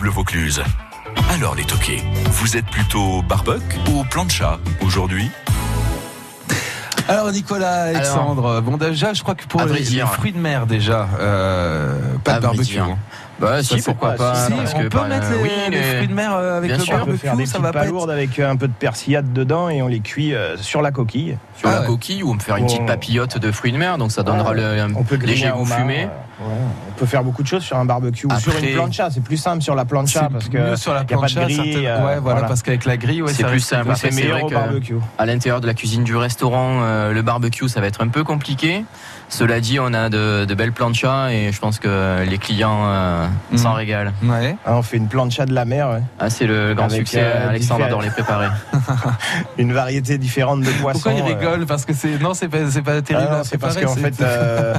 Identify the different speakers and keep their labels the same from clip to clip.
Speaker 1: Bleu Vaucluse. Alors les toqués, vous êtes plutôt barbecue ou plancha aujourd'hui
Speaker 2: alors Nicolas, Alexandre, bon déjà je crois que pour
Speaker 3: À vrai
Speaker 2: les, les
Speaker 3: dire.
Speaker 2: fruits de mer déjà, euh, pas
Speaker 3: À
Speaker 2: de
Speaker 3: vrai
Speaker 2: barbecue.
Speaker 3: dire.
Speaker 2: hein.
Speaker 3: Bah
Speaker 4: Ça,
Speaker 3: si,
Speaker 4: c'est
Speaker 3: pourquoi
Speaker 4: pas-
Speaker 3: pas,
Speaker 4: si,
Speaker 2: si,
Speaker 3: parce
Speaker 2: on
Speaker 3: que,
Speaker 2: peut
Speaker 3: bah,
Speaker 2: mettre les,
Speaker 3: oui,
Speaker 2: les
Speaker 3: mais-
Speaker 2: fruits de mer euh, avec
Speaker 3: bien
Speaker 2: le
Speaker 3: sûr.
Speaker 4: On peut faire des
Speaker 2: barbecue, ça va
Speaker 4: petites
Speaker 2: pas
Speaker 4: palourdes
Speaker 2: être...
Speaker 4: avec euh, un peu de persillade dedans et on les cuit euh, sur la coquille.
Speaker 3: sur
Speaker 2: Ah
Speaker 3: la
Speaker 2: ouais.
Speaker 3: coquille ou me faire une petite
Speaker 4: On-
Speaker 3: papillote de fruits de mer, donc ça donnera
Speaker 4: Ouais,
Speaker 3: le
Speaker 4: On peut griller
Speaker 3: léger
Speaker 4: un
Speaker 3: goût
Speaker 4: homard,
Speaker 3: fumé.
Speaker 4: euh, ouais, on peut faire beaucoup de choses sur un barbecue ou sur
Speaker 3: Après-
Speaker 4: une plancha. C'est plus simple sur la plancha
Speaker 2: C'est
Speaker 4: parce
Speaker 2: mieux
Speaker 4: que
Speaker 2: sur la
Speaker 4: y a pas de
Speaker 2: plancha,
Speaker 4: grille,
Speaker 2: certaines-
Speaker 4: euh,
Speaker 2: ouais, voilà,
Speaker 4: voilà.
Speaker 2: parce qu'avec la grille, ouais,
Speaker 3: C'est
Speaker 2: ça
Speaker 3: plus
Speaker 2: risque de-
Speaker 3: simple.
Speaker 4: c'est
Speaker 3: Après, c'est
Speaker 4: meilleur
Speaker 3: vrai
Speaker 4: au
Speaker 3: que-
Speaker 4: barbecue.
Speaker 3: À l'intérieur de la cuisine du restaurant, euh, le barbecue, ça va être un peu compliqué. Cela dit, on a de, de belles planchas et je pense que les clients euh,
Speaker 4: Mm.
Speaker 2: Mhm.
Speaker 3: s'en régalent.
Speaker 2: Ouais.
Speaker 4: Ah, on fait une plancha de la mer, ouais.
Speaker 3: Ah, c'est le grand
Speaker 4: Avec,
Speaker 3: succès.
Speaker 4: euh,
Speaker 3: Alexandre
Speaker 4: différents-
Speaker 3: adore les préparer.
Speaker 4: une variété différente de poissons.
Speaker 2: Pourquoi il
Speaker 4: euh,
Speaker 2: rigole Parce que c'est non, c'est pas, c'est pas terrible.
Speaker 4: Ah non,
Speaker 2: à
Speaker 4: c'est parce
Speaker 2: préparer,
Speaker 4: qu'en
Speaker 2: c'est-
Speaker 4: fait, euh,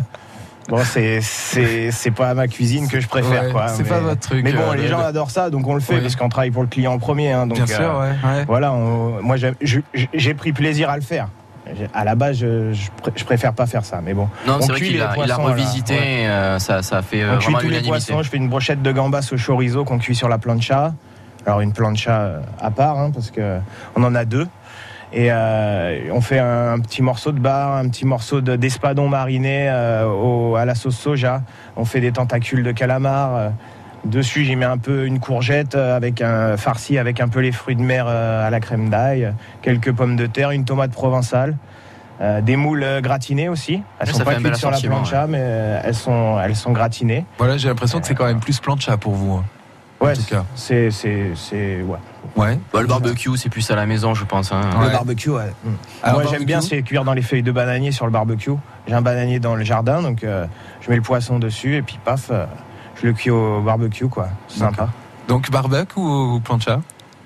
Speaker 4: bon, c'est c'est c'est pas ma cuisine que je préfère,
Speaker 2: Ouais,
Speaker 4: quoi.
Speaker 2: c'est
Speaker 4: mais-
Speaker 2: pas votre truc.
Speaker 4: Mais bon,
Speaker 2: euh,
Speaker 4: les
Speaker 2: le-
Speaker 4: gens adorent ça, donc on le fait
Speaker 2: Oui.
Speaker 4: parce qu'on travaille pour le client en premier, hein, donc.
Speaker 2: Bien
Speaker 4: euh,
Speaker 2: sûr, ouais. ouais.
Speaker 4: Voilà, on- moi j'aime- je- je- j'ai pris plaisir à le faire. J'ai- À la base, je, je pré- je préfère pas faire ça, mais bon.
Speaker 3: Non,
Speaker 4: On
Speaker 3: c'est vrai
Speaker 4: cuit
Speaker 3: qu'il
Speaker 4: les
Speaker 3: a, il a
Speaker 4: poissons, là,
Speaker 3: revisité.
Speaker 4: ouais.
Speaker 3: et, euh, ça, ça a fait euh,
Speaker 4: on cuit
Speaker 3: vraiment
Speaker 4: tous les
Speaker 3: l'unanimité.
Speaker 4: poissons. Je fais une brochette de gambas au chorizo qu'on cuit sur la plancha. Alors une plancha euh, à part, hein, parce que on en a deux. Et euh, on fait un, un petit morceau de bar, un petit morceau de- d'espadon mariné euh, au- à la sauce soja. On fait des tentacules de calamar. euh. dessus, j'y mets un peu une courgette euh, avec un farci avec un peu les fruits de mer euh, à la crème d'ail, quelques pommes de terre, une tomate provençale. euh, des moules euh, gratinées aussi. Elles
Speaker 3: Ça
Speaker 4: sont
Speaker 3: fait un
Speaker 4: pas
Speaker 3: bel
Speaker 4: cuites sur la
Speaker 3: assortiment,
Speaker 4: plancha, mais euh, elles sont, elles sont gratinées.
Speaker 2: Voilà, j'ai l'impression que c'est quand même plus plancha pour vous. hein,
Speaker 4: Ouais,
Speaker 2: en tout cas.
Speaker 4: c'est c'est c'est ouais.
Speaker 2: Ouais.
Speaker 3: Bah, le barbecue, c'est plus à la maison, je pense. hein.
Speaker 2: Ouais.
Speaker 4: Le barbecue, ouais. Mm.
Speaker 2: Alors,
Speaker 4: Moi, j'aime
Speaker 2: barbecue
Speaker 4: bien c'est cuire dans les feuilles de bananier sur le barbecue. J'ai un bananier dans le jardin, donc euh, je mets le poisson dessus et puis paf, euh, je le cuis au barbecue, quoi. C'est Sympa.
Speaker 2: Donc barbecue ou plancha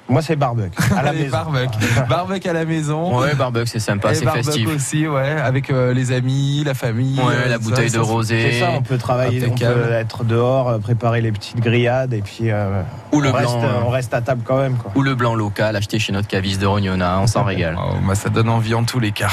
Speaker 4: Moi, c'est barbecue à la
Speaker 2: Allez,
Speaker 4: maison.
Speaker 2: Barbecue. barbecue à la maison.
Speaker 3: Ouais, barbecue, c'est sympa,
Speaker 2: Et
Speaker 3: Bah, c'est
Speaker 2: barbecue
Speaker 3: festif.
Speaker 2: aussi, ouais, avec euh, les amis, la famille. euh,
Speaker 3: Ouais, la
Speaker 2: tout
Speaker 3: bouteille
Speaker 2: ça,
Speaker 3: de
Speaker 2: ça,
Speaker 4: C'est
Speaker 3: rosé
Speaker 4: ça, on peut travailler, on
Speaker 2: impeccable.
Speaker 4: peut être dehors, euh, préparer les petites grillades et puis euh,
Speaker 3: ou le
Speaker 4: on, reste,
Speaker 3: blanc.
Speaker 4: euh,
Speaker 3: euh,
Speaker 4: on reste à table quand même, quoi.
Speaker 3: ou le blanc local acheté chez notre caviste de Rognona, hein, on s'en régale.
Speaker 2: Oh, bah, ça donne envie en tous les cas.